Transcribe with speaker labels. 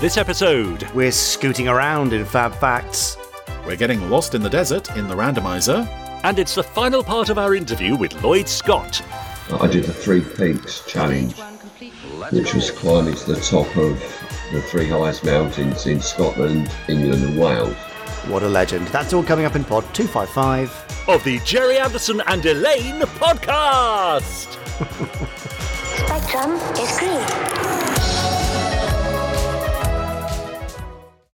Speaker 1: This episode,
Speaker 2: We're scooting around in Fab Facts.
Speaker 3: We're getting lost in the desert in the randomizer.
Speaker 1: and it's the final part of our interview with Lloyd Scott.
Speaker 4: I did the Three Peaks Challenge, which was climbing to the top of the three highest mountains in Scotland, England, and Wales.
Speaker 2: What a legend. That's all coming up in pod 255.
Speaker 1: Of the Jerry Anderson and Elaine podcast.
Speaker 5: Spectrum is green.